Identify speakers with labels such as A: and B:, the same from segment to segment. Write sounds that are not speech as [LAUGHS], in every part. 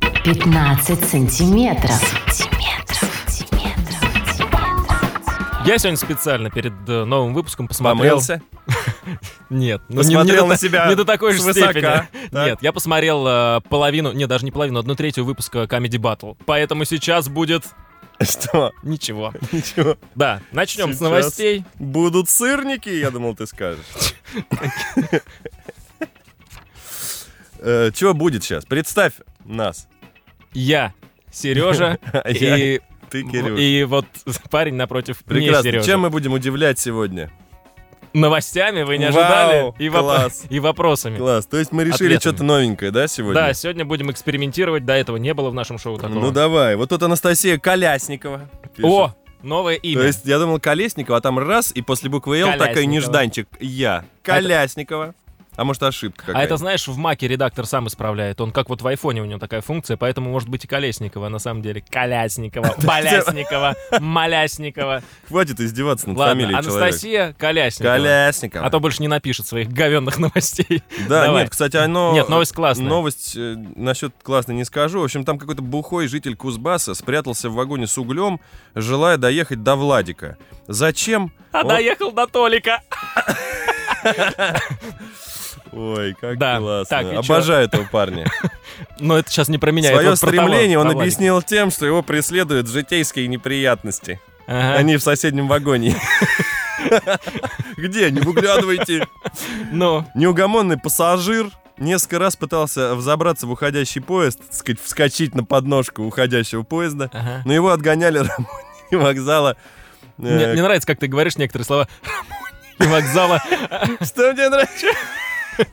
A: 15 сантиметров.
B: Я сегодня специально перед э, новым выпуском посмотрел...
C: Помылся?
B: Нет,
C: не- не
B: смотрел
C: на себя
B: Не до такой же
C: свысока,
B: [LAUGHS]
C: а?
B: степени.
C: да?
B: Нет, я посмотрел э, половину, не, даже не половину, одну третью выпуска Comedy Battle. Поэтому сейчас будет
C: Что? [LAUGHS]
B: ничего.
C: Ничего.
B: Да, начнем с
C: Сейчас.
B: новостей.
C: Будут сырники, я думал, ты скажешь. Э, Чего будет сейчас? Представь нас.
B: Я, Сережа
C: [LAUGHS] Я,
B: и...
C: ты, Кирюш.
B: И вот [LAUGHS] парень напротив не
C: Прекрасно.
B: Сережа.
C: Чем мы будем удивлять сегодня?
B: Новостями вы не
C: Вау,
B: ожидали и, вопро-
C: класс.
B: и вопросами.
C: Класс. То есть мы решили
B: Ответами.
C: что-то новенькое, да, сегодня?
B: Да, сегодня будем экспериментировать. До этого не было в нашем шоу такого.
C: Ну давай. Вот тут Анастасия Колясникова. пишет.
B: О, новое имя.
C: То есть я думал Колесникова, а там раз, и после буквы Л такой
B: Колясникова.
C: нежданчик. Я. Колясникова. А может ошибка
B: А
C: какая-то.
B: это, знаешь, в Маке редактор сам исправляет. Он как вот в айфоне у него такая функция, поэтому может быть и Колесникова, а на самом деле
C: [LAUGHS]
B: Колясникова, Болясникова, Малясникова.
C: Хватит издеваться над фамилией
B: Ладно,
C: человека.
B: Анастасия Колясникова.
C: Колясникова.
B: А то больше не напишет своих говенных новостей.
C: Да,
B: Давай.
C: нет, кстати, оно...
B: Нет, новость классная.
C: Новость э, насчет классной не скажу. В общем, там какой-то бухой житель Кузбасса спрятался в вагоне с углем, желая доехать до Владика. Зачем?
B: А
C: Он-
B: доехал до Толика.
C: Ой, как
B: Да,
C: классно.
B: так, и чё?
C: Обожаю этого парня.
B: [LAUGHS] Но это сейчас не про меня.
C: Свое
B: это вот про того,
C: стремление он
B: про Владика.
C: объяснил тем, что его преследуют житейские неприятности.
B: Ага.
C: Они в соседнем вагоне. [LAUGHS] Где? Не выглядывайте.
B: Ну,
C: Неугомонный пассажир несколько раз пытался взобраться в уходящий поезд, так сказать, вскочить на подножку уходящего поезда,
B: ага.
C: но его отгоняли [LAUGHS] работники вокзала.
B: Мне,
C: Э,
B: мне нравится, как ты говоришь некоторые слова. И вокзала. ну
C: Что мне нравится? [LAUGHS]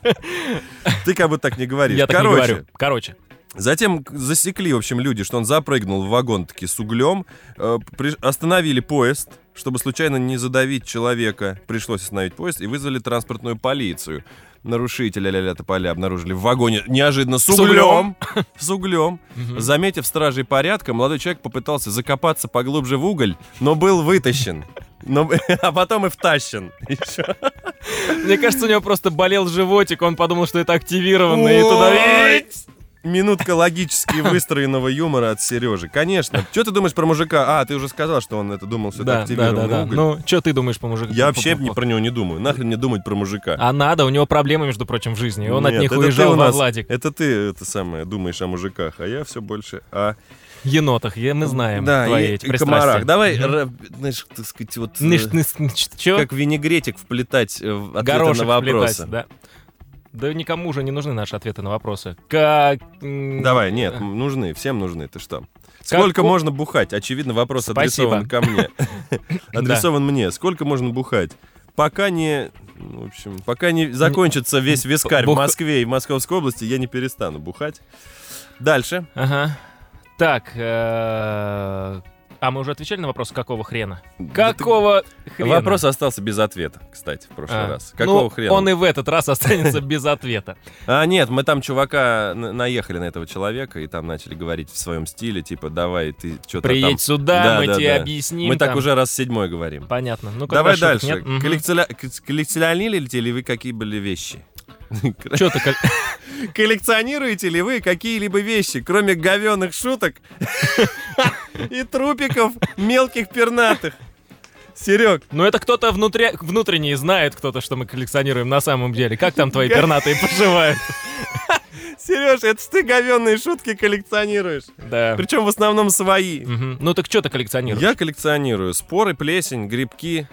C: Ты как будто так не говоришь.
B: Я так не
C: Короче,
B: говорю. Короче.
C: Затем к- засекли, в общем, люди, что он запрыгнул в вагон таки с углем, э, при- остановили поезд, чтобы случайно не задавить человека. Пришлось остановить поезд и вызвали транспортную полицию. Нарушителя ля-ля тополя обнаружили в вагоне неожиданно с
B: С углем.
C: углем. [LAUGHS] С углем. Заметив стражей порядка, молодой человек попытался закопаться поглубже в уголь, но был вытащен. Но, [LAUGHS] а потом и втащен. [LAUGHS] Еще.
B: Мне кажется, у него просто болел животик, он подумал, что это активировано, и
C: Ой.
B: туда...
C: Минутка логически выстроенного юмора от Сережи. Конечно. Что ты думаешь про мужика? А, ты уже сказал, что он это думал, все это
B: Да, да, да,
C: активировано.
B: да.
C: уголь.
B: Ну, что ты думаешь по мужику?
C: Я вообще не про него не думаю. Нахрен мне думать про мужика.
B: А надо, у него проблемы, между прочим, в жизни. и Он
C: Нет,
B: от них
C: это ты
B: уезжал
C: у
B: во
C: нас-
B: Владик.
C: Это ты, это самое, думаешь о мужиках, а я все больше о...
B: Енотах, я- мы знаем твои
C: и,
B: эти
C: и комарах.
B: пристрастия.
C: Давай, ра- знаешь, так сказать, вот... э,
B: Ныш, ныш, ныш, чё?
C: Как винегретик вплетать э, в ответы
B: Горошек
C: на вопросы.
B: вплетать, да. Да никому уже не нужны наши ответы на вопросы. Как... м,
C: Давай, нет, м, нужны, всем нужны, ты что? Сколько
B: у-
C: можно бухать? Очевидно, вопрос
B: Спасибо.
C: адресован ко
B: [LAUGHS]
C: мне. [LAUGHS]
B: Да.
C: Адресован мне. Сколько можно бухать? Пока не... ну, В общем, пока не закончится весь вискарь в
B: Бух-
C: Москве и в Московской области, я не перестану бухать. Дальше.
B: Ага. Так, э, а мы уже отвечали на вопрос, какого хрена?
C: Да ты-
B: Какого хрена?
C: Вопрос остался без ответа, кстати, в прошлый
B: А,
C: раз.
B: ну,
C: Какого хрена?
B: Он и в этот раз [LAUGHS] останется без ответа.
C: А, нет, мы там чувака на- наехали на этого человека, и там начали говорить в своем стиле, типа, давай, ты что-то там...
B: Приедь сюда,
C: Да,
B: мы
C: да,
B: тебе
C: да.
B: объясним.
C: Мы так
B: там.
C: уже раз седьмой говорим.
B: Понятно. Ну, когда
C: Давай
B: шуток
C: дальше.
B: нет? Мгм.
C: Коллекционя- к- Коллекционируете ли вы какие были вещи?
B: Чё ты как-
C: Коллекционируете ли вы какие-либо вещи, кроме говёных шуток и трупиков мелких пернатых? Серег,
B: Ну, это кто-то внутри... внутренний знает кто-то, что мы коллекционируем на самом деле. Как там твои пернатые
C: [LAUGHS]
B: поживают?
C: Сереж, это ж ты говёные шутки коллекционируешь.
B: Да.
C: Причем в основном свои.
B: Мгм. Ну, так что ты коллекционируешь?
C: Я коллекционирую споры, плесень, грибки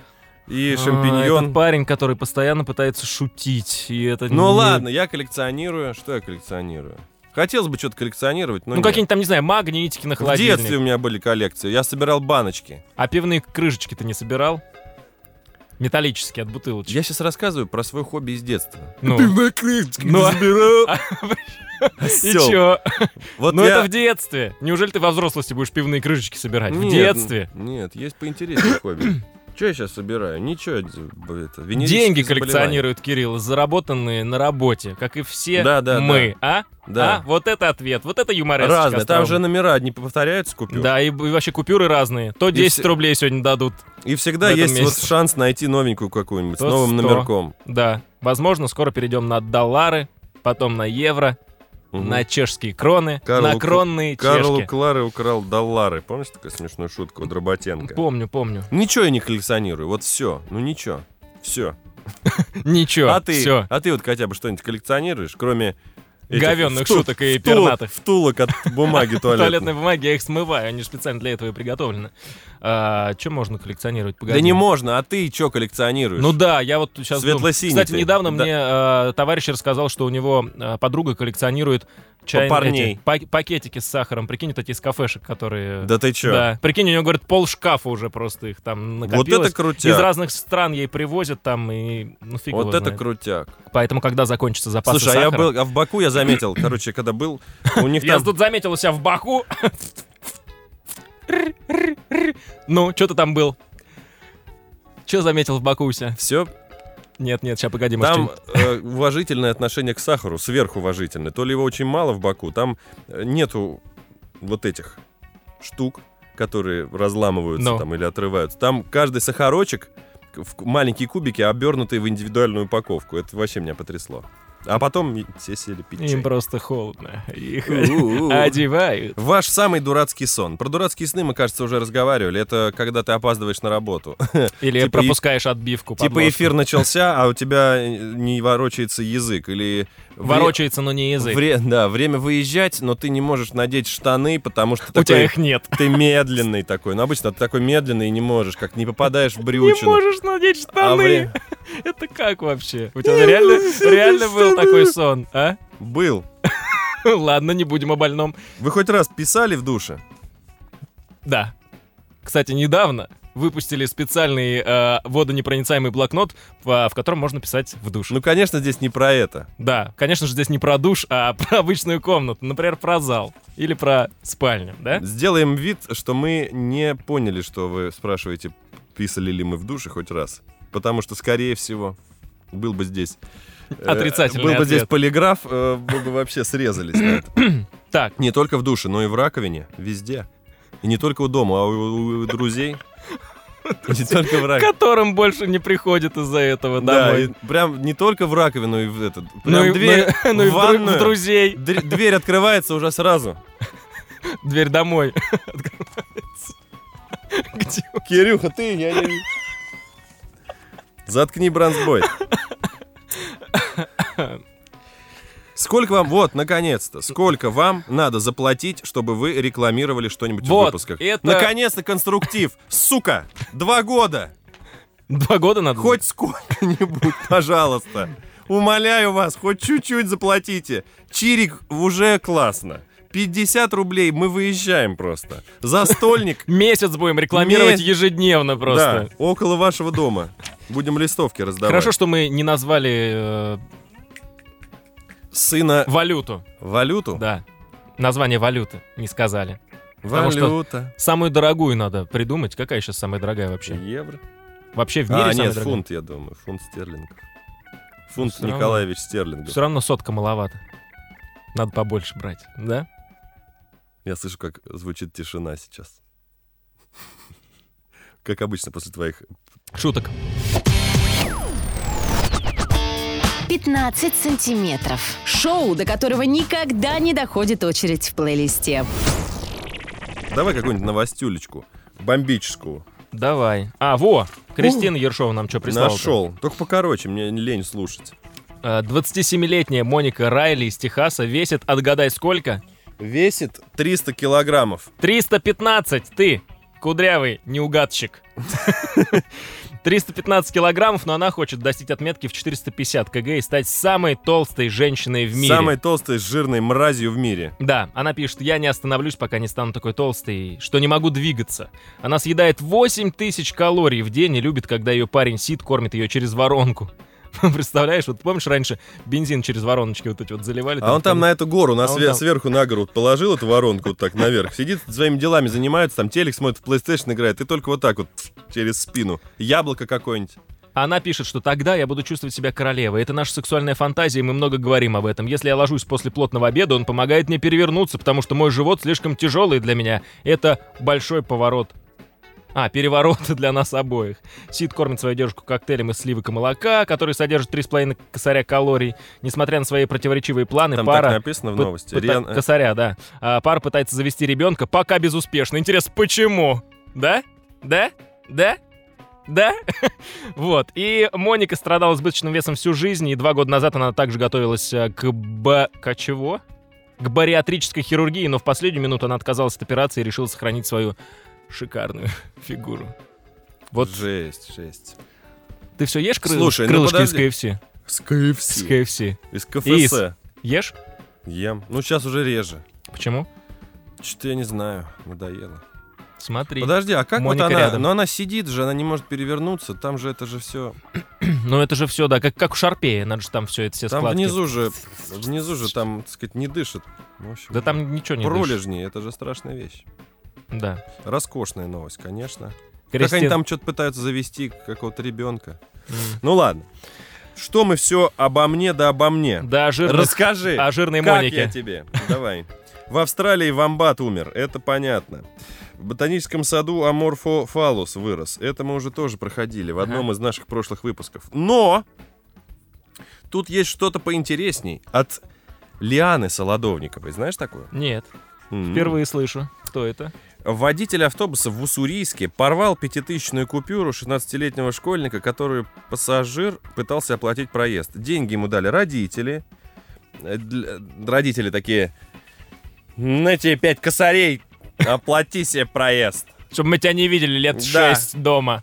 C: и
B: А, этот
C: шампиньон.
B: парень, который постоянно пытается шутить, и это
C: Ну
B: не-
C: ладно, я коллекционирую. Что я коллекционирую? Хотелось бы что-то коллекционировать, но
B: Ну,
C: нет.
B: какие-нибудь там, не знаю, магнитики на
C: В
B: холодильник.
C: детстве у меня были коллекции. Я собирал баночки.
B: А пивные крышечки ты не собирал? Металлические от бутылочек.
C: Я сейчас рассказываю про свой хобби из детства.
B: Ну.
C: Пивные крышечки
B: Ну, а-
C: собирал. [LAUGHS]
B: И
C: Осёл.
B: чё?
C: Вот
B: Ну
C: я-
B: это в детстве. Неужели ты во взрослости будешь пивные крышечки собирать? В
C: Нет,
B: детстве.
C: Нет, есть поинтереснее
B: [CLEARS THROAT]
C: хобби. Что я сейчас собираю? Ничего, д- это, венерические
B: Деньги
C: заболевания.
B: коллекционирует Кирилл, заработанные на работе, как и все
C: Да, да,
B: мы. А?
C: Да.
B: А? Вот это ответ, вот это юмористика.
C: Разные. Там
B: остроумная.
C: же номера не повторяются купюр.
B: Да, и, и вообще купюры разные. То 10
C: все-
B: рублей сегодня дадут.
C: И всегда
B: В этом
C: есть вот
B: месяце.
C: шанс найти новенькую какую-нибудь с
B: Вот
C: новым
B: сто.
C: номерком.
B: Да. Возможно, скоро перейдем на доллары, потом на евро,
C: Мгм.
B: на чешские кроны,
C: Карлу
B: на
C: Ку-
B: кронные
C: Карлу
B: чешки.
C: Клары украл доллары. Помнишь такую смешную шутку у Дроботенко?
B: Помню, помню.
C: Ничего я не коллекционирую. Вот все. Ну ничего. Все.
B: Ничего,
C: А ты,
B: все.
C: а ты вот хотя бы что-нибудь коллекционируешь, кроме этих
B: Говенных
C: вту-
B: шуток и
C: втулок-
B: пернатых. [LAUGHS]
C: Втулок от бумаги
B: Туалетной
C: туалетной.
B: бумаги, я их смываю, они же специально для этого и приготовлены. А, чем можно коллекционировать? Погоди.
C: Да не можно, а ты что коллекционируешь?
B: Ну да, я вот сейчас думаю.
C: Светло-синий
B: Кстати,
C: ты.
B: недавно
C: Да.
B: мне э, товарищ рассказал, что у него э, подруга коллекционирует чай,
C: парней.
B: пакетики с сахаром. Прикинь, вот эти из кафешек, которые...
C: Да ты чё?
B: Да. Прикинь, у него, говорит, пол шкафа уже просто их там
C: Вот
B: накопилось.
C: это
B: Из
C: крутяк.
B: разных стран ей привозят там и... Ну, фиг его
C: Вот это
B: знает.
C: крутяк.
B: Поэтому, когда закончатся запасы
C: Слушай, а я
B: сахара-
C: был, а в Баку я заметил, короче, когда был, у них
B: Я
C: там
B: тут заметил у себя в Баку. Ну, что ты там был? Что заметил в Баку у себя?
C: все,
B: Нет, нет, сейчас погоди, может,
C: там
B: что-нибудь-
C: э, уважительное отношение к сахару, сверхуважительное. То ли его очень мало в Баку, там э, нету вот этих штук, которые разламываются
B: Ну.
C: там или отрываются. Там каждый сахарочек в к- маленькие кубики, обернутые в индивидуальную упаковку. Это вообще меня потрясло. А потом и- все сели пить чай.
B: Им просто холодно. Их
C: [LAUGHS]
B: [LAUGHS]
C: У-у-у.
B: одевают.
C: Ваш самый дурацкий сон. Про дурацкие сны мы, кажется, уже разговаривали. Это когда ты опаздываешь на работу. [LAUGHS]
B: Или
C: Типа
B: пропускаешь отбивку.
C: Типа
B: подложку.
C: эфир начался, а у тебя э, не ворочается язык. Или вре-
B: Ворочается, но не язык.
C: вре- да, время выезжать, но ты не можешь надеть штаны, потому что
B: [LAUGHS]
C: ты
B: У тебя
C: такой,
B: их нет.
C: ты медленный такой. Ну, обычно ты такой медленный и не можешь, как не попадаешь в брючину.
B: надеть
C: А вре-
B: [LAUGHS] Это как вообще? У тебя реально, реально был такой сон, а? [LAUGHS]
C: Был.
B: Ладно, не будем о больном.
C: Вы хоть раз писали в душе?
B: Да. Кстати, недавно выпустили специальный э, водонепроницаемый блокнот, в, в котором можно писать в душ.
C: Ну, конечно, здесь не про это.
B: Да, конечно же, здесь не про душ, а [LAUGHS] про обычную комнату. Например, про зал. Или про спальню, да?
C: Сделаем вид, что мы не поняли, что вы спрашиваете, писали ли мы в душе хоть раз. Потому что, скорее всего, был бы здесь... э,
B: Отрицательный
C: Был бы здесь
B: ответ.
C: полиграф, э, вы бы вообще срезались на это.
B: Так,
C: Не только в душе, но и в раковине, везде. И не только у дома, а у,
B: [LAUGHS]
C: у друзей. И Не только в
B: к
C: раковине.
B: которым больше не приходит из-за этого
C: Да,
B: домой.
C: и прям не только в раковину и в этот.
B: ну,
C: Прям
B: и,
C: дверь
B: ну и- [LAUGHS] ну и
C: в
B: в дру- в
C: ванную.
B: друзей.
C: Др- Дверь открывается уже сразу.
B: Дверь домой. [LAUGHS] Открывается. Где?
C: Кирюха, ты, я не... Заткни бронзбой. Сколько вам, вот, наконец-то, сколько вам надо заплатить, чтобы вы рекламировали что-нибудь
B: Вот,
C: в выпусках?
B: это-
C: Наконец-то конструктив, сука, два года,
B: Два года надо.
C: хоть сколько-нибудь, пожалуйста. Умоляю вас, хоть чуть-чуть заплатите. Чирик уже классно. 50 рублей, мы выезжаем просто. Застольник
B: Месяц будем рекламировать
C: Месяц.
B: ежедневно просто.
C: Да, около вашего дома. Будем листовки раздавать.
B: Хорошо, что мы не назвали э,
C: Сына
B: валюту.
C: валюту?
B: Да. Название валюты не сказали. потому что-
C: Валюта.
B: Самую дорогую надо придумать. Какая сейчас самая дорогая вообще?
C: Евро.
B: Вообще в мире
C: А,
B: самая
C: нет,
B: дорогая?
C: фунт, я думаю. Фунт стерлингов. Фунт
B: всё равно.
C: Николаевич стерлингов.
B: Все равно сотка маловато. Надо побольше брать, да?
C: Я слышу, как звучит тишина сейчас. Как обычно после твоих...
B: Шуток.
A: 15 сантиметров.
D: Шоу, до которого никогда не доходит очередь в плейлисте.
C: Давай какую-нибудь новостюлечку. Бомбическую.
B: Давай. А, во! Кристина
C: Ну,
B: Ершова нам что прислала?
C: Нашел. Только покороче, мне лень слушать.
B: Э, 27-летняя Моника Райли из Техаса весит, отгадай сколько?
C: Весит 300 килограммов.
B: 315, ты, кудрявый неугадчик. [LAUGHS] 315 килограммов, но она хочет достичь отметки в 450 кг и стать самой толстой женщиной в мире.
C: Самой толстой жирной мразью в мире.
B: Да, она пишет, я не остановлюсь, пока не стану такой толстой, что не могу двигаться. Она съедает 8 тысяч калорий в день и любит, когда ее парень Сид кормит ее через воронку. [LAUGHS] Представляешь, вот помнишь раньше бензин через вороночки вот эти вот заливали?
C: А он там на эту гору, на
B: Типа, А он
C: све-
B: там-
C: сверху на гору вот положил эту воронку вот так наверх, сидит, своими делами занимается, там телек смотрит, в PlayStation играет, и только вот так вот через спину. Яблоко какое-нибудь.
B: Она пишет, что тогда я буду чувствовать себя королевой. Это наша сексуальная фантазия, и мы много говорим об этом. Если я ложусь после плотного обеда, он помогает мне перевернуться, потому что мой живот слишком тяжелый для меня. Это большой поворот А, переворота [LAUGHS] для нас обоих. Сид кормит свою девушку коктейлем из сливок и молока, который содержит 3,5 косаря калорий. Несмотря на свои противоречивые планы,
C: Там
B: Э, пара...
C: так написано в
B: пы-
C: новости.
B: пыта-
C: Риан- э,
B: Косаря, да. А, пара пытается завести ребенка, пока безуспешно. Интересно, почему? Да? Да? Да? Да? [LAUGHS] вот. И Моника страдала избыточным весом всю жизнь, и два года назад она также готовилась э, к ба... К чего? К бариатрической хирургии, но в последнюю минуту она отказалась от операции и решила сохранить свою шикарную [LAUGHS] фигуру. Вот
C: Жесть, жесть.
B: ты все ешь крыл...
C: Слушай, ну
B: крылышки
C: подожди.
B: из KFC?
C: С
B: С
C: KFC.
B: KFC.
C: Из
B: Из.
C: КФС.
B: Ешь?
C: Ем. Ну, сейчас уже реже.
B: Почему?
C: Что-то я не знаю, надоело.
B: Смотри.
C: Подожди, а как
B: Моника
C: вот она?
B: рядом.
C: Но она сидит же, она не может перевернуться. Там же это же все.
B: Ну это же все, да, как, как у Шарпея, надо же там все это все
C: Там
B: складки.
C: внизу же, внизу же там, так сказать, не дышит. В общем,
B: Да там ничего не дышит.
C: пролежни, это же страшная вещь.
B: Да.
C: Роскошная новость, конечно. Как они
B: Кристин-
C: там что-то пытаются завести какого-то ребенка.
B: М.
C: Ну ладно. Что мы все обо мне да обо мне?
B: Да, о жирных-
C: Расскажи.
B: о жирной
C: как я
B: Монике.
C: тебе? Давай. В Австралии вамбат умер, это понятно. В ботаническом саду аморфофалус вырос. Это мы уже тоже проходили в одном из наших прошлых выпусков. Но тут есть что-то поинтересней от Лианы Солодовниковой. Знаешь такую?
B: Нет,
C: М.
B: впервые слышу. Кто это?
C: Водитель автобуса в Уссурийске порвал пятитысячную купюру 16-летнего школьника, которую пассажир пытался оплатить проезд. Деньги ему дали родители. Э, дл- Родители такие, на тебе пять косарей, оплати себе проезд.
B: Чтобы мы тебя не видели лет
C: Да.
B: шесть дома.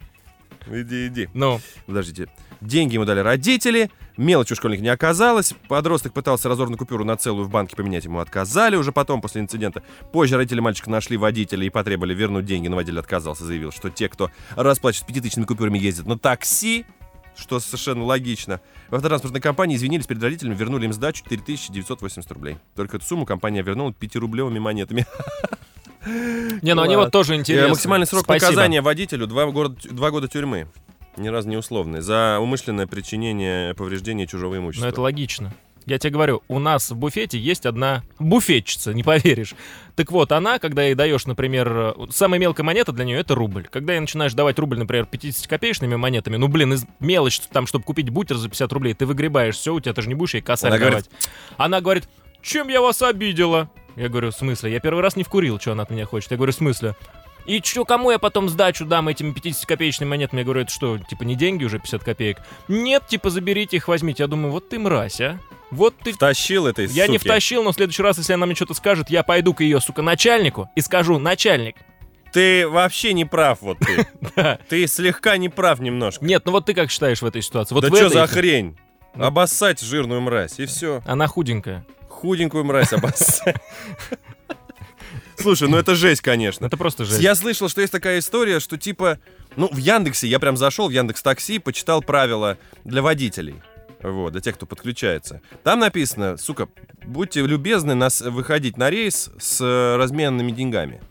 C: Иди, иди.
B: Ну,
C: Подождите. Деньги ему дали родители, мелочи у школьника не оказалось, подросток пытался разорную купюру на целую в банке поменять, ему отказали уже потом, после инцидента. Позже родители мальчика нашли водителя и потребовали вернуть деньги, но водитель отказался, заявил, что те, кто расплачивает пятитысячными купюрами, ездят на такси, что совершенно логично. В автотранспортной компании извинились перед родителями, вернули им сдачу 4980 рублей. Только эту сумму компания вернула пятирублевыми монетами.
B: не, ну они
C: Ладно.
B: вот тоже
C: Э,
B: интересные.
C: Максимальный срок
B: Спасибо.
C: наказания водителю два года, два года тюрьмы. Ни разу не условный. За умышленное причинение повреждения чужого
B: Ну
C: имущества.
B: это логично. Я тебе говорю, у нас в буфете есть одна буфетчица, не поверишь. Так вот, она, когда ей даешь, например, э, вот самая мелкая монета для нее это рубль. Когда ей начинаешь давать рубль, например, 50-копеечными монетами, ну блин, из мелочь там, чтобы купить бутер за 50 рублей, ты выгребаешь все, у тебя ты же не будешь ей косарь
C: Она
B: давать. Она говорит, чем я вас обидела? Я говорю, в смысле? Я первый раз не вкурил, что она от меня хочет. Я говорю, в смысле? И чё, кому я потом сдачу дам этими 50-копеечными монетами? Я говорю, это что, типа не деньги уже 50 копеек? Нет, типа заберите их, возьмите. Я думаю, вот ты мразь, а? Вот ты...
C: Втащил этой
B: Я не
C: суки.
B: втащил, но в следующий раз, если она мне что-то скажет, я пойду к ее, сука, начальнику и скажу, начальник,
C: Ты вообще не прав, вот ты.
B: [LAUGHS] Да.
C: Ты слегка не прав немножко.
B: нет, ну вот ты как считаешь в этой ситуации? Вот
C: да
B: в
C: что
B: этой-
C: за хрень?
B: Ну.
C: Обоссать жирную мразь, и все.
B: Она худенькая. [LAUGHS]
C: Худенькую мразь обоссать. Слушай, ну это жесть, конечно.
B: Это просто жесть.
C: Я слышал, что есть такая история, что типа, ну, в Яндексе, я прям зашел в Яндекс Такси, почитал правила для водителей. Вот, для тех, кто подключается. Там написано, сука, будьте любезны нас выходить на рейс с э, разменными деньгами.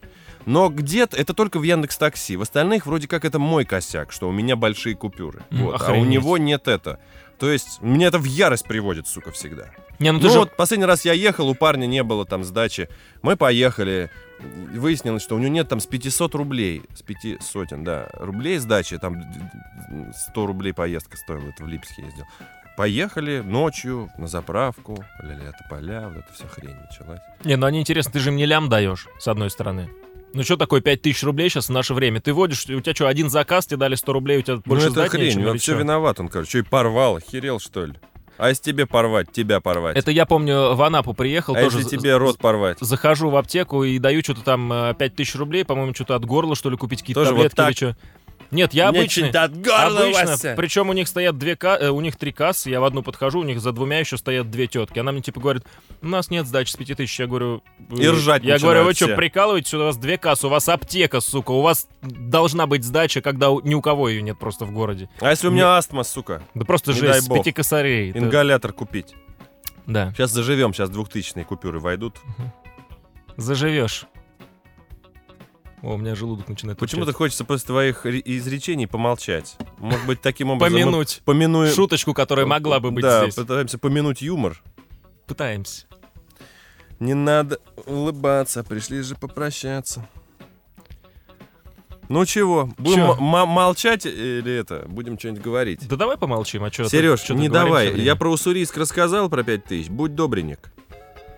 C: Но где-то это только в Яндекс Такси. В остальных вроде как это мой косяк, что у меня большие купюры.
B: М,
C: Вот, а у
B: охренеть.
C: него нет это. То есть меня это в ярость приводит, сука, всегда.
B: Не, ну ты
C: Ну
B: же...
C: вот последний раз я ехал, у парня не было там сдачи. Мы поехали, выяснилось, что у него нет там с 500 рублей, с пяти сотен, да, рублей сдачи, там 100 рублей поездка стоила, это в Липске ездил. Поехали ночью на заправку, ля-ля, это поля, вот эта вся хрень началась.
B: Не, ну они интересно, ты же им не лям даешь, с одной стороны. Ну что такое 5000 рублей сейчас в наше время? Ты водишь, у тебя что, один заказ, тебе дали 100 рублей, у тебя больше
C: ну это
B: сдать нечем
C: хрень,
B: или
C: вообще
B: чё?
C: виноват он, короче, и порвал, охерел что ли? А если тебе порвать, тебя порвать?
B: Это я помню, в Анапу приехал
C: а
B: тоже.
C: если
B: за-
C: тебе рот порвать?
B: Захожу в аптеку и даю что-то там э, 5000 рублей, по-моему, что-то от горла, что ли, купить какие-то
C: Тоже вот
B: таблетки
C: так?
B: или что. Нет, я
C: Мне
B: обычный.
C: что-то от горла,
B: Обычно.
C: Вася.
B: Причем у них стоят две ка- э, у них три кассы, я в одну подхожу, у них за двумя еще стоят две тетки. Она мне типа говорит, у нас нет сдачи с пяти тысяч. Я говорю... э,
C: И ржать
B: Я
C: начинают
B: говорю, вы что,
C: все.
B: прикалываетесь? У вас две кассы, у вас аптека, сука. У вас должна быть сдача, когда у- ни у кого ее нет просто в городе.
C: А если у меня астма, сука?
B: Да просто
C: Не дай
B: жесть, с
C: бог.
B: пяти косарей. Это-
C: Ингалятор купить.
B: Да,
C: Сейчас заживем, сейчас двухтысячные купюры войдут.
B: заживешь. О, у меня желудок начинает
C: Почему-то
B: урчать.
C: хочется после твоих ре- изречений помолчать. Может быть, таким образом... мы
B: помянуть
C: Помянуем...
B: шуточку, которая могла бы быть
C: да,
B: здесь.
C: пытаемся помянуть юмор.
B: Пытаемся.
C: Не надо улыбаться, пришли же попрощаться. Ну чего, будем
B: Чё?
C: м- ма- молчать или это? Будем что-нибудь говорить.
B: Да давай помолчим, а что
C: Сереж, не давай. Я про Уссурийск рассказал про 5000. Будь добренек.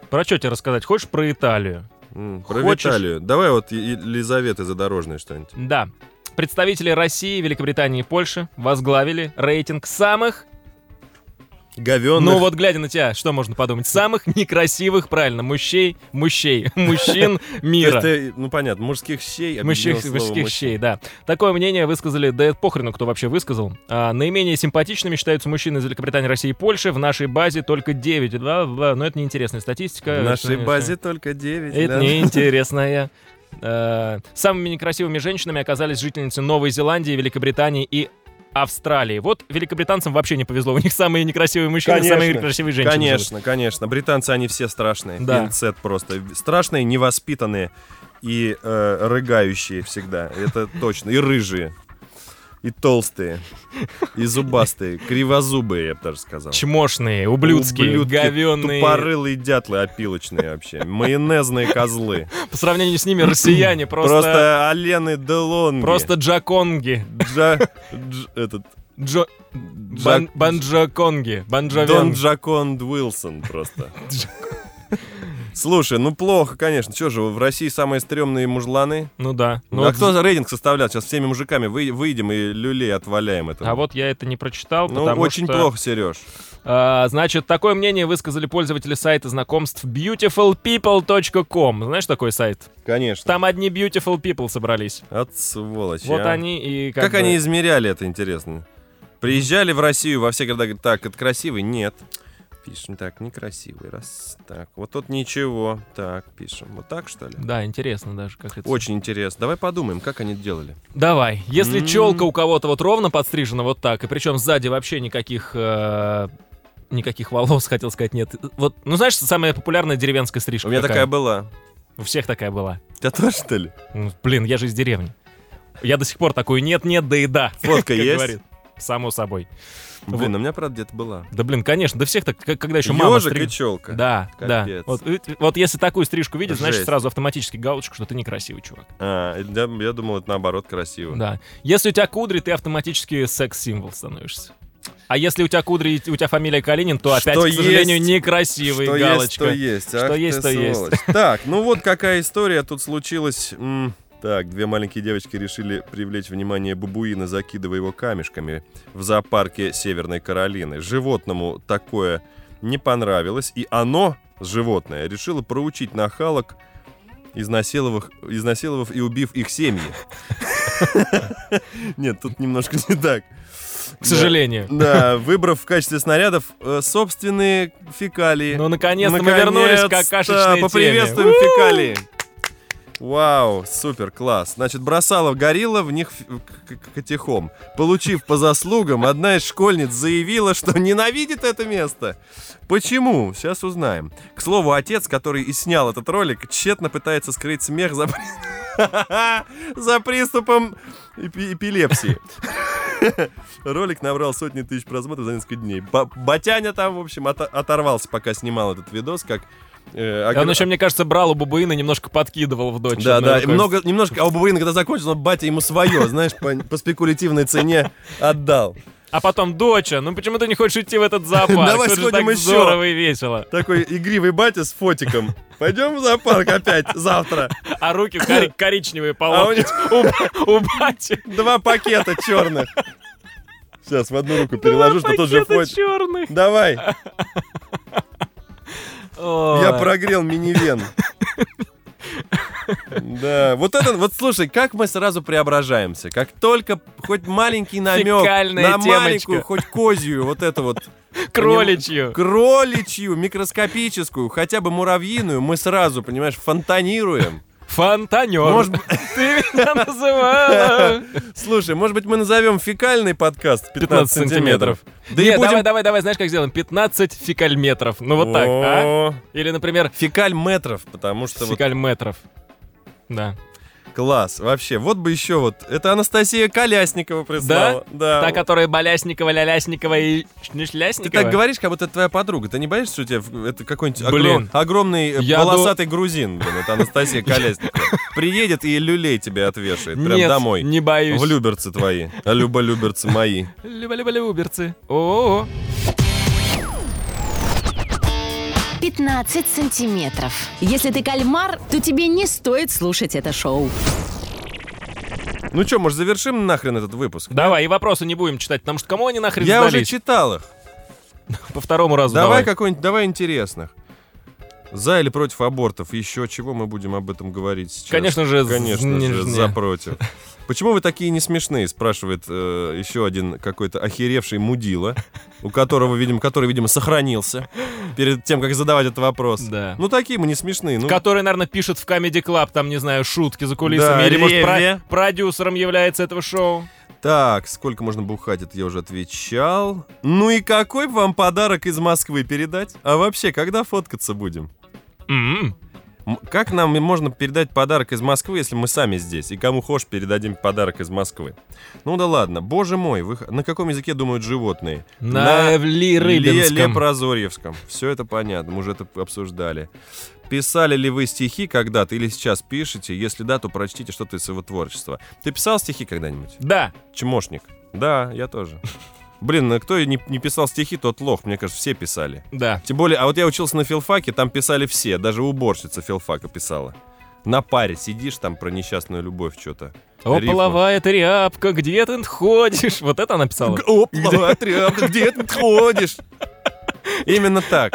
B: Про что тебе рассказать? Хочешь про Италию?
C: М, Про
B: Хочешь?
C: Виталию. Давай вот Е- Елизавета Задорожная что-нибудь.
B: Да. Представители России, Великобритании и Польши возглавили рейтинг самых...
C: Говенных.
B: Ну вот, глядя на тебя, что можно подумать? Самых некрасивых, правильно, мужей, мужей, [LAUGHS] мужчин мира.
C: ну понятно, мужских щей. объединил
B: Мужских,
C: слово
B: мужских
C: мужчина.
B: щей, да. Такое мнение высказали, да это похрену, кто вообще высказал. А, наименее симпатичными считаются мужчины из Великобритании, России и Польши. В нашей базе только 9, бла, бла, бла. но это неинтересная статистика.
C: В нашей
B: Это-
C: базе только 9.
B: Это неинтересная. Э, Самыми некрасивыми женщинами оказались жительницы Новой Зеландии, Великобритании и Австралии. Вот великобританцам вообще не повезло. У них самые некрасивые мужчины,
C: Конечно.
B: самые некрасивые женщины.
C: Конечно, конечно. Британцы, они все страшные.
B: Да.
C: Пинцет просто. Страшные, невоспитанные и э, рыгающие всегда. Это точно. И рыжие. И толстые. И зубастые. Кривозубые, я бы даже сказал.
B: живут. Чмошные, ублюдские,
C: Ублюдки,
B: говёные.
C: Тупорылые дятлы опилочные вообще. Майонезные козлы.
B: По сравнению с ними
C: [CLEARS THROAT]
B: россияне просто...
C: Просто Алены Делонги.
B: Просто джаконги.
C: Джа... Дж... Этот...
B: Джо...
C: Джак-
B: Бан... Банджаконги.
C: Дон
B: Банджавен.
C: Джаконд Уилсон просто. Слушай, ну плохо, конечно. Че же, в России самые стрёмные мужланы?
B: Ну да. Ну
C: Ну, а
B: вот-
C: кто за рейтинг составлял? Сейчас всеми мужиками вы- выйдем и люлей отваляем это.
B: А вот я это не прочитал,
C: ну,
B: потому
C: очень
B: что...
C: плохо, Сереж.
B: А, Значит, такое мнение высказали пользователи сайта знакомств beautifulpeople.com. Знаешь такой сайт?
C: Конечно.
B: Там одни beautiful people собрались.
C: От сволочи.
B: Вот
C: а.
B: они и как,
C: Как
B: бы-
C: они измеряли это, интересно? Приезжали в Россию во все города, говорят, так, это красивый? Нет. Пишем, так, некрасивый, раз, так. Вот тут ничего, так, пишем. Вот так, что ли?
B: Да, интересно даже, как это.
C: Очень интересно. Давай подумаем, как они это делали.
B: Давай. Если
C: М.
B: челка у кого-то вот ровно подстрижена вот так, и причем сзади вообще никаких э, никаких волос, хотел сказать, нет. Вот, ну знаешь, самая популярная деревенская стрижка.
C: У меня
B: какая?
C: такая была.
B: У всех такая была.
C: У тебя тоже, что ли?
B: Ну, Блин, я же из деревни. Я до сих пор такой нет, нет, да и да. [LAUGHS]
C: Фотка
B: как
C: есть?
B: говорит. Само собой.
C: Блин, у меня, правда, где-то была.
B: Да блин, конечно, да всех так, как- когда еще мама
C: Ежик и
B: стриг-
C: челка.
B: Да, да.
C: Капец.
B: Вот, э, вот если такую стрижку видишь, значит
C: Жесть.
B: сразу автоматически галочку, что ты некрасивый чувак.
C: А, я, я думал, это наоборот красиво.
B: Да. Если у тебя кудри, ты автоматически секс-символ становишься. А если у тебя кудри и у тебя фамилия Калинин, то опять,
C: Что
B: к сожалению,
C: есть,
B: некрасивый
C: Что есть,
B: галочка.
C: то есть. Ах
B: Что
C: ты
B: есть, то есть.
C: сволочь. Так, ну вот какая история тут случилась. М, Так, две маленькие девочки решили привлечь внимание бабуина, закидывая его камешками в зоопарке Северной Каролины. Животному такое не понравилось, и оно, животное, решило проучить нахалок, изнасиловав, изнасиловав и убив их семьи. [LAUGHS] Нет, тут немножко не так.
B: К сожалению.
C: Да, выбрав в качестве снарядов э, собственные фекалии.
B: Ну, наконец-то,
C: Наконец-то
B: мы вернулись к какашечной теме.
C: Поприветствуем
B: У!
C: фекалии. Вау, супер, класс. Значит, бросала горилла в них ф- к- к- котихом. Получив по заслугам, одна из школьниц заявила, что ненавидит это место. Почему? Сейчас узнаем. К слову, отец, который и снял этот ролик, тщетно пытается скрыть смех за, при- [LAUGHS] за приступом эпи- эпилепсии. [LAUGHS] Ролик набрал сотни тысяч просмотров за несколько дней. Ба- Батяня там, в общем, ото- оторвался, пока снимал этот видос, как... э,
B: И
C: огр-
B: Он еще, мне кажется, брал у Бабуина, немножко подкидывал в дочь.
C: да,
B: Ну,
C: да, и
B: такой,
C: много, немножко, а у Бабуина, когда закончил, он батя ему свое, знаешь, по, по спекулятивной цене отдал.
B: А потом, доча, ну почему ты не хочешь идти в этот зоопарк?
C: Давай
B: Тут же
C: сходим
B: так
C: еще.
B: здорово и весело.
C: Такой игривый батя с фотиком. Пойдем в зоопарк опять завтра.
B: А руки
C: [LAUGHS]
B: кори- коричневые по
C: А
B: [LAUGHS]
C: у
B: локоть. У ба- у бати
C: Два пакета черных. Сейчас в одну руку переложу, что тот же фотик.
B: черных.
C: Давай, я
B: Я
C: прогрел минивен. Да, вот это, вот слушай, как мы сразу преображаемся, как только хоть маленький намек
B: Фекальная
C: на
B: темочка.
C: маленькую, хоть козью, вот это вот
B: кроличью.
C: кроличью, микроскопическую, хотя бы муравьиную, мы сразу, понимаешь, фонтанируем.
B: Фонтанер.
C: Может,
B: [LAUGHS] Ты меня
C: [LAUGHS]
B: называла.
C: слушай, может быть, мы назовем фекальный подкаст 15 сантиметров.
B: Да
C: и
B: Нет,
C: будем-
B: давай, давай, давай, знаешь, как сделаем? 15 фекальметров. Ну вот так, а?
C: О,
B: Или, например,
C: Фекаль метров, потому что вот
B: фекальметров. Да.
C: Класс, вообще. Вот бы еще вот. Это Анастасия Колясникова прислала. Да?
B: Та,
C: Вот.
B: которая Балясникова, Лялясникова и
C: А Ты
B: Шнишлясникова.
C: так говоришь, как будто это твоя подруга. Ты не боишься, что у тебя в- это какой-нибудь огром-
B: Блин.
C: огромный э,
B: Я
C: полосатый грузин, блин, это Анастасия Колясникова, приедет и люлей тебе отвешает прям
B: Нет,
C: домой.
B: не боюсь.
C: В люберцы твои. А люболюберцы мои.
B: Люба-люба-люберцы. О-о-о.
A: 15 сантиметров.
D: Если ты кальмар, то тебе не стоит слушать это шоу.
C: Ну что, может, завершим нахрен этот выпуск?
B: Давай, и вопросы не будем читать, потому что кому они нахрен
C: Я уже
B: сдались?
C: читал их.
B: По второму разу
C: Давай
B: давай.
C: какой-нибудь, давай интересных. За или против абортов? Еще чего мы будем об этом говорить сейчас?
B: Конечно же, з-
C: Конечно
B: не-
C: же,
B: не.
C: за против. [LAUGHS] Почему вы такие не смешные? Спрашивает э, еще один какой-то охеревший мудила, у которого, видимо, который, видимо, сохранился перед тем, как задавать этот вопрос.
B: Да.
C: Ну такие мы не смешные. Ну,
B: Который, наверное, пишет в Comedy Club, там, не знаю, шутки за кулисами.
C: Да,
B: Или, может, про-
C: реве.
B: продюсером является этого шоу.
C: Так, сколько можно бухать, это я уже отвечал. Ну и какой б вам подарок из Москвы передать? А вообще, когда фоткаться будем?
B: М.
C: М- Как нам и можно передать подарок из Москвы, если мы сами здесь? И кому хошь передадим подарок из Москвы? Ну да ладно, боже мой, вы х- на каком языке думают животные?
B: На, Ли Рыбинском.
C: Лепрозорьевском. Все это понятно, мы уже это обсуждали. Писали ли вы стихи когда-то или сейчас пишете? Если да, то прочтите что-то из своего творчества. Ты писал стихи когда-нибудь?
B: Да.
C: Чмошник. Да, я тоже. Блин, ну кто не, не писал стихи, тот лох. Мне кажется, все писали.
B: Да.
C: Тем более, а вот я учился на филфаке, там писали все, даже уборщица филфака писала. На паре сидишь там про несчастную любовь что-то.
B: О, половая тряпка, где ты ходишь? Вот это она писала.
C: Опловая тряпка, где ты ходишь? Именно
B: [LAUGHS]
C: так.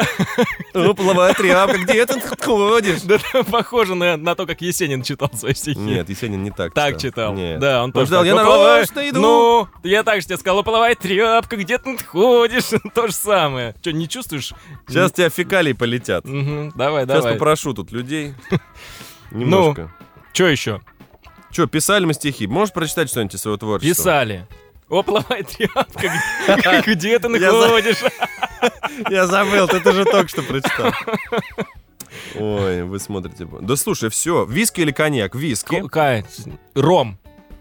C: Опловая тряпка, где ты ходишь?
B: [LAUGHS] Да, да, похоже на, на то, как Есенин читал свои стихи.
C: Нет, Есенин не так
B: Так читал.
C: Нет.
B: Да, он тоже.
C: ждал,
B: так,
C: я
B: «Половая-
C: нарочно иду.
B: Ну, я так же тебе сказал, половая тряпка, где ты ходишь? [LAUGHS] То же самое. Че, не чувствуешь?
C: Сейчас тебя фекалии полетят.
B: Мгм, давай,
C: Сейчас
B: ну, давай. Ну.
C: попрошу
B: [LAUGHS]
C: тут людей. Немножко.
B: Че еще?
C: Че, писали мы стихи? Можешь прочитать что-нибудь из своего творчества?
B: Писали. О, половая тряпка, где- [LAUGHS] где ты
C: [LAUGHS] Я за-
B: находишь?
C: Я забыл, ты же только что прочитал. Ой, вы смотрите. Да слушай, все. Виски или коньяк? Виски.
B: Какая? Ром.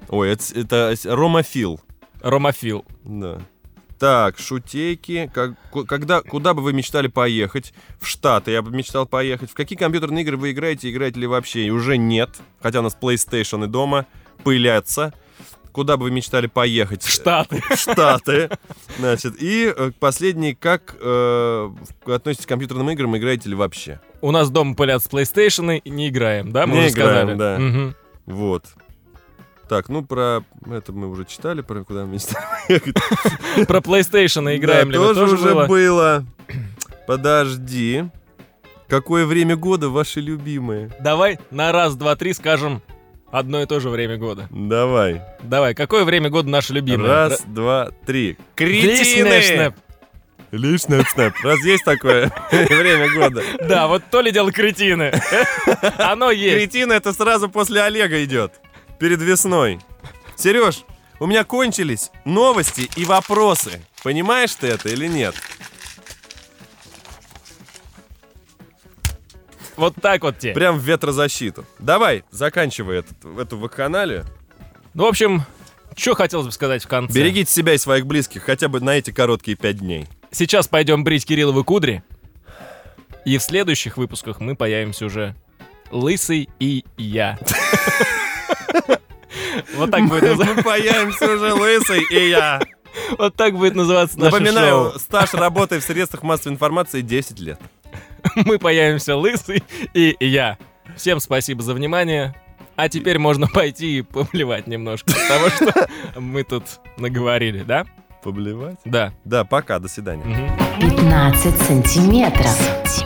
C: Ой, это, это с- ромофил.
B: Ромофил.
C: Да. Так, шутейки. Как- ку- когда, куда бы вы мечтали поехать? В Штаты я бы мечтал поехать. В какие компьютерные игры вы играете? Играете ли вообще? И уже нет. Хотя у нас PlayStation и дома пылятся. Куда бы вы мечтали поехать?
B: Штаты.
C: В Штаты. Значит, и э, последний. Как э, в- относитесь к компьютерным играм? Играете ли вообще?
B: У нас дома пылят с PlayStation и не играем, да? Мы
C: Не
B: уже сказали.
C: играем, да.
B: Мгм.
C: Вот. Так, ну про это мы уже читали, про
B: [LAUGHS]
C: куда мы ехать.
B: Про PlayStation играем ли мы,
C: тоже уже
B: было?
C: было. Подожди. Какое время года ваши любимые?
B: Давай на раз, два, три скажем одно и то же время года.
C: Давай.
B: Давай, какое время года наше любимое?
C: Раз, два, три.
B: Кретины!
C: Лишний снэп. Раз есть такое [LAUGHS] время года.
B: Да, вот то ли дело кретины. Оно [LAUGHS] есть.
C: Кретина это сразу после Олега идет. Перед весной. Сереж, у меня кончились новости и вопросы. Понимаешь ты это или нет?
B: Вот так вот те.
C: Прям в ветрозащиту. Давай, заканчивай этот, эту вакханалию.
B: Ну, в общем, что хотелось бы сказать в конце.
C: Берегите себя и своих близких хотя бы на эти короткие пять дней.
B: Сейчас пойдем брить Кирилловы кудри. И в следующих выпусках мы появимся уже Лысый и я. [LAUGHS] Вот так будет, назва-
C: Мы появимся уже лысый и я.
B: вот так будет называться наше
C: Напоминаю,
B: шоу.
C: стаж работы в средствах массовой информации 10 лет.
B: Мы появимся Лысый и я. Всем спасибо за внимание. А теперь можно пойти и поплевать немножко, потому что [LAUGHS] мы тут наговорили, да?
C: Поблевать?
B: Да.
C: Да, пока, до свидания.
B: Мгм.
A: 15 сантиметров.